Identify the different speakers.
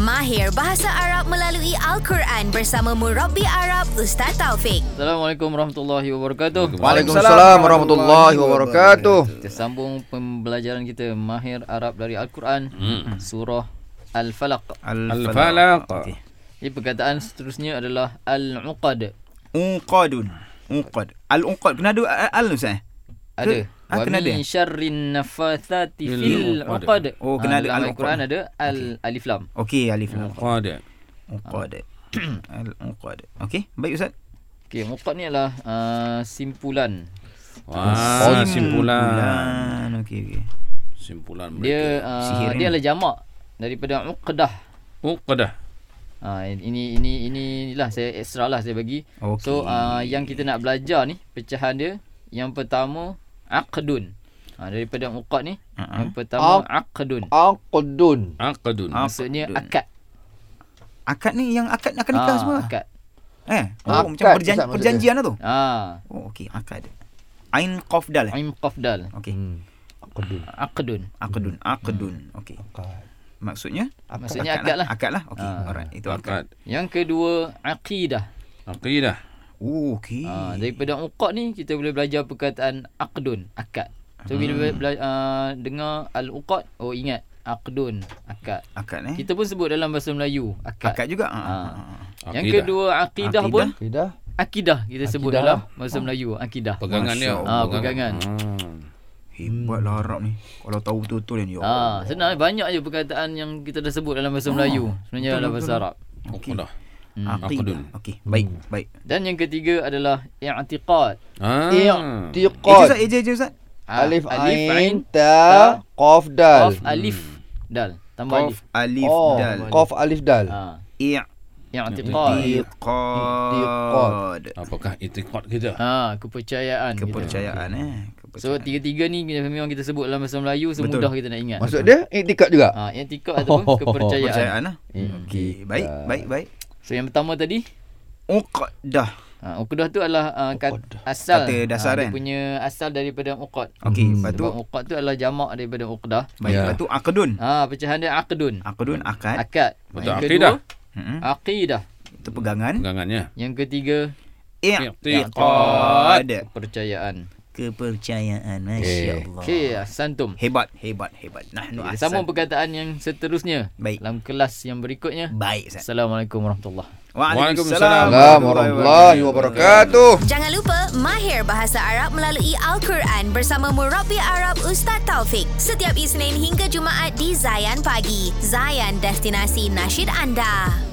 Speaker 1: Mahir Bahasa Arab melalui Al-Quran bersama Murabbi Arab Ustaz Taufik.
Speaker 2: Assalamualaikum warahmatullahi wabarakatuh.
Speaker 3: Waalaikumsalam warahmatullahi wabarakatuh.
Speaker 2: Kita sambung pembelajaran kita mahir Arab dari Al-Quran hmm. surah Al-Falaq.
Speaker 4: Al-falaq.
Speaker 2: Jadi perkataan seterusnya adalah al-uqad.
Speaker 5: Unqadun. Unqad. Al-unqad. Kena ada a- al Ustaz? eh?
Speaker 2: Ada.
Speaker 5: Ah,
Speaker 2: Wa
Speaker 5: kena
Speaker 2: min
Speaker 5: ada.
Speaker 2: syarrin nafathati fil uqad.
Speaker 5: Oh,
Speaker 2: Ah,
Speaker 5: kena ada
Speaker 2: dalam
Speaker 5: al-uqad.
Speaker 2: Al-Quran ada al alif lam.
Speaker 5: Okey, alif lam.
Speaker 4: Qad.
Speaker 5: Unqad. Al-unqad. Okey, baik Ustaz.
Speaker 2: Okey, uqad ni adalah uh, simpulan.
Speaker 4: Wah, Ah, simpulan.
Speaker 5: Bulan. Okey, okey.
Speaker 4: Simpulan
Speaker 2: Dia
Speaker 4: mereka.
Speaker 2: uh,
Speaker 5: Sihir ni.
Speaker 2: dia adalah jamak daripada uqdah.
Speaker 4: Uqadah.
Speaker 2: Ha, ini ini ini inilah saya extra lah saya bagi.
Speaker 5: Okey.
Speaker 2: So uh, yang kita nak belajar ni pecahan dia yang pertama aqdun. Ha, daripada uqad ni uh-huh. yang pertama aqdun.
Speaker 3: Aqdun.
Speaker 4: Aqadun.
Speaker 2: Maksudnya akad.
Speaker 5: Akad ni yang akad akad nikah semua. Akad.
Speaker 2: Ah, akad.
Speaker 5: Eh, oh,
Speaker 3: Akad,
Speaker 5: macam perjan-
Speaker 3: Ustaz, maksud
Speaker 5: perjanjian lah tu.
Speaker 2: Ah,
Speaker 5: Oh, okey, akad. Ain qaf dal. eh?
Speaker 2: aim qaf dal.
Speaker 5: Okey.
Speaker 3: Aqdun.
Speaker 2: Aqdun.
Speaker 5: Aqdun, aqdun. Okey. Maksudnya?
Speaker 2: Hmm. Maksudnya akad lah.
Speaker 5: Akad lah. Okey, alright. Itu akad.
Speaker 4: Akad.
Speaker 2: Yang kedua aqidah.
Speaker 4: Aqidah.
Speaker 5: Oh, okey.
Speaker 2: Ha, daripada uqad ni kita boleh belajar perkataan aqdun, akad. So bila hmm. bela- uh, dengar al-uqad, oh ingat aqdun, akad.
Speaker 5: Akad eh.
Speaker 2: Kita pun sebut dalam bahasa Melayu akad.
Speaker 5: Akad juga. Ha.
Speaker 2: Ha.
Speaker 5: ha, ha.
Speaker 2: Yang
Speaker 4: Akidah.
Speaker 2: kedua akidah,
Speaker 5: Akidah.
Speaker 2: pun
Speaker 3: Kedah.
Speaker 2: akidah kita sebut
Speaker 3: Akidah.
Speaker 2: dalam bahasa Melayu akidah.
Speaker 4: Pegangan dia.
Speaker 5: Masya
Speaker 2: Ah pegangan.
Speaker 4: Hmm.
Speaker 5: Hebatlah Arab lah ni. Kalau tahu betul-betul ni. Ya.
Speaker 2: Ah senang eh. banyak je perkataan yang kita dah sebut dalam bahasa Melayu. Sebenarnya dalam bahasa Arab.
Speaker 4: Uqadah.
Speaker 5: Aqidah.
Speaker 4: Aqdun.
Speaker 5: Hmm. Okey, baik, baik.
Speaker 2: Dan yang ketiga adalah i'tiqad.
Speaker 4: Ah.
Speaker 5: Eja
Speaker 3: Iqtiqad.
Speaker 5: Ustaz, eja, eja Ustaz.
Speaker 2: Ah,
Speaker 3: Alif ain
Speaker 2: ta,
Speaker 3: ta qaf dal.
Speaker 2: qaf alif dal tambah
Speaker 4: Qaf.
Speaker 2: alif.
Speaker 5: Alif
Speaker 3: Oh,
Speaker 5: dal.
Speaker 3: Qaf alif dal.
Speaker 2: Ah
Speaker 5: Iqtiqad.
Speaker 2: i'tiqad.
Speaker 4: Apakah itikad kita?
Speaker 2: Ah kepercayaan. kita.
Speaker 5: Kepercayaan eh.
Speaker 2: So
Speaker 5: Kepercayaan.
Speaker 2: tiga-tiga ni memang kita sebut dalam bahasa Melayu semudah kita nak ingat.
Speaker 3: Maksud dia iktikad juga.
Speaker 2: Ah i'tiqad ataupun kepercayaan.
Speaker 5: Kepercayaan lah. Okey, baik, baik, baik.
Speaker 2: So yang pertama tadi
Speaker 5: Uqadah.
Speaker 2: Ha, uqdah tu adalah uh, kat, asal Ah,
Speaker 5: Kata dasar
Speaker 2: dia
Speaker 5: kan?
Speaker 2: punya asal daripada uqad. Hmm.
Speaker 5: Okey, lepas tu
Speaker 2: Sebab uqad tu adalah jamak daripada uqdah.
Speaker 5: baik, lepas tu aqdun.
Speaker 2: Ha, pecahan dia aqdun.
Speaker 5: Aqdun akad.
Speaker 2: Akad. Yang
Speaker 4: Betul, akidah.
Speaker 2: kedua,
Speaker 5: Mm-mm.
Speaker 2: Aqidah.
Speaker 5: Itu pegangan.
Speaker 4: Pegangannya.
Speaker 2: Yang ketiga,
Speaker 5: Iqtiqad.
Speaker 2: kepercayaan.
Speaker 5: Kepercayaan. Masya-Allah.
Speaker 2: Okey, santum.
Speaker 5: Hebat, hebat, hebat. Nahnu
Speaker 2: Kita
Speaker 5: ahsan.
Speaker 2: sambung perkataan yang seterusnya
Speaker 5: Baik.
Speaker 2: dalam kelas yang berikutnya.
Speaker 5: Baik, Ustaz.
Speaker 2: Assalamualaikum warahmatullahi
Speaker 4: Waalaikumsalam.
Speaker 3: Salam warahmatullahi wabarakatuh.
Speaker 1: Jangan lupa Mahir Bahasa Arab melalui Al-Quran bersama Murabbi Arab Ustaz Taufik. Setiap Isnin hingga Jumaat di Zayan Pagi. Zayan, destinasi nasyid anda.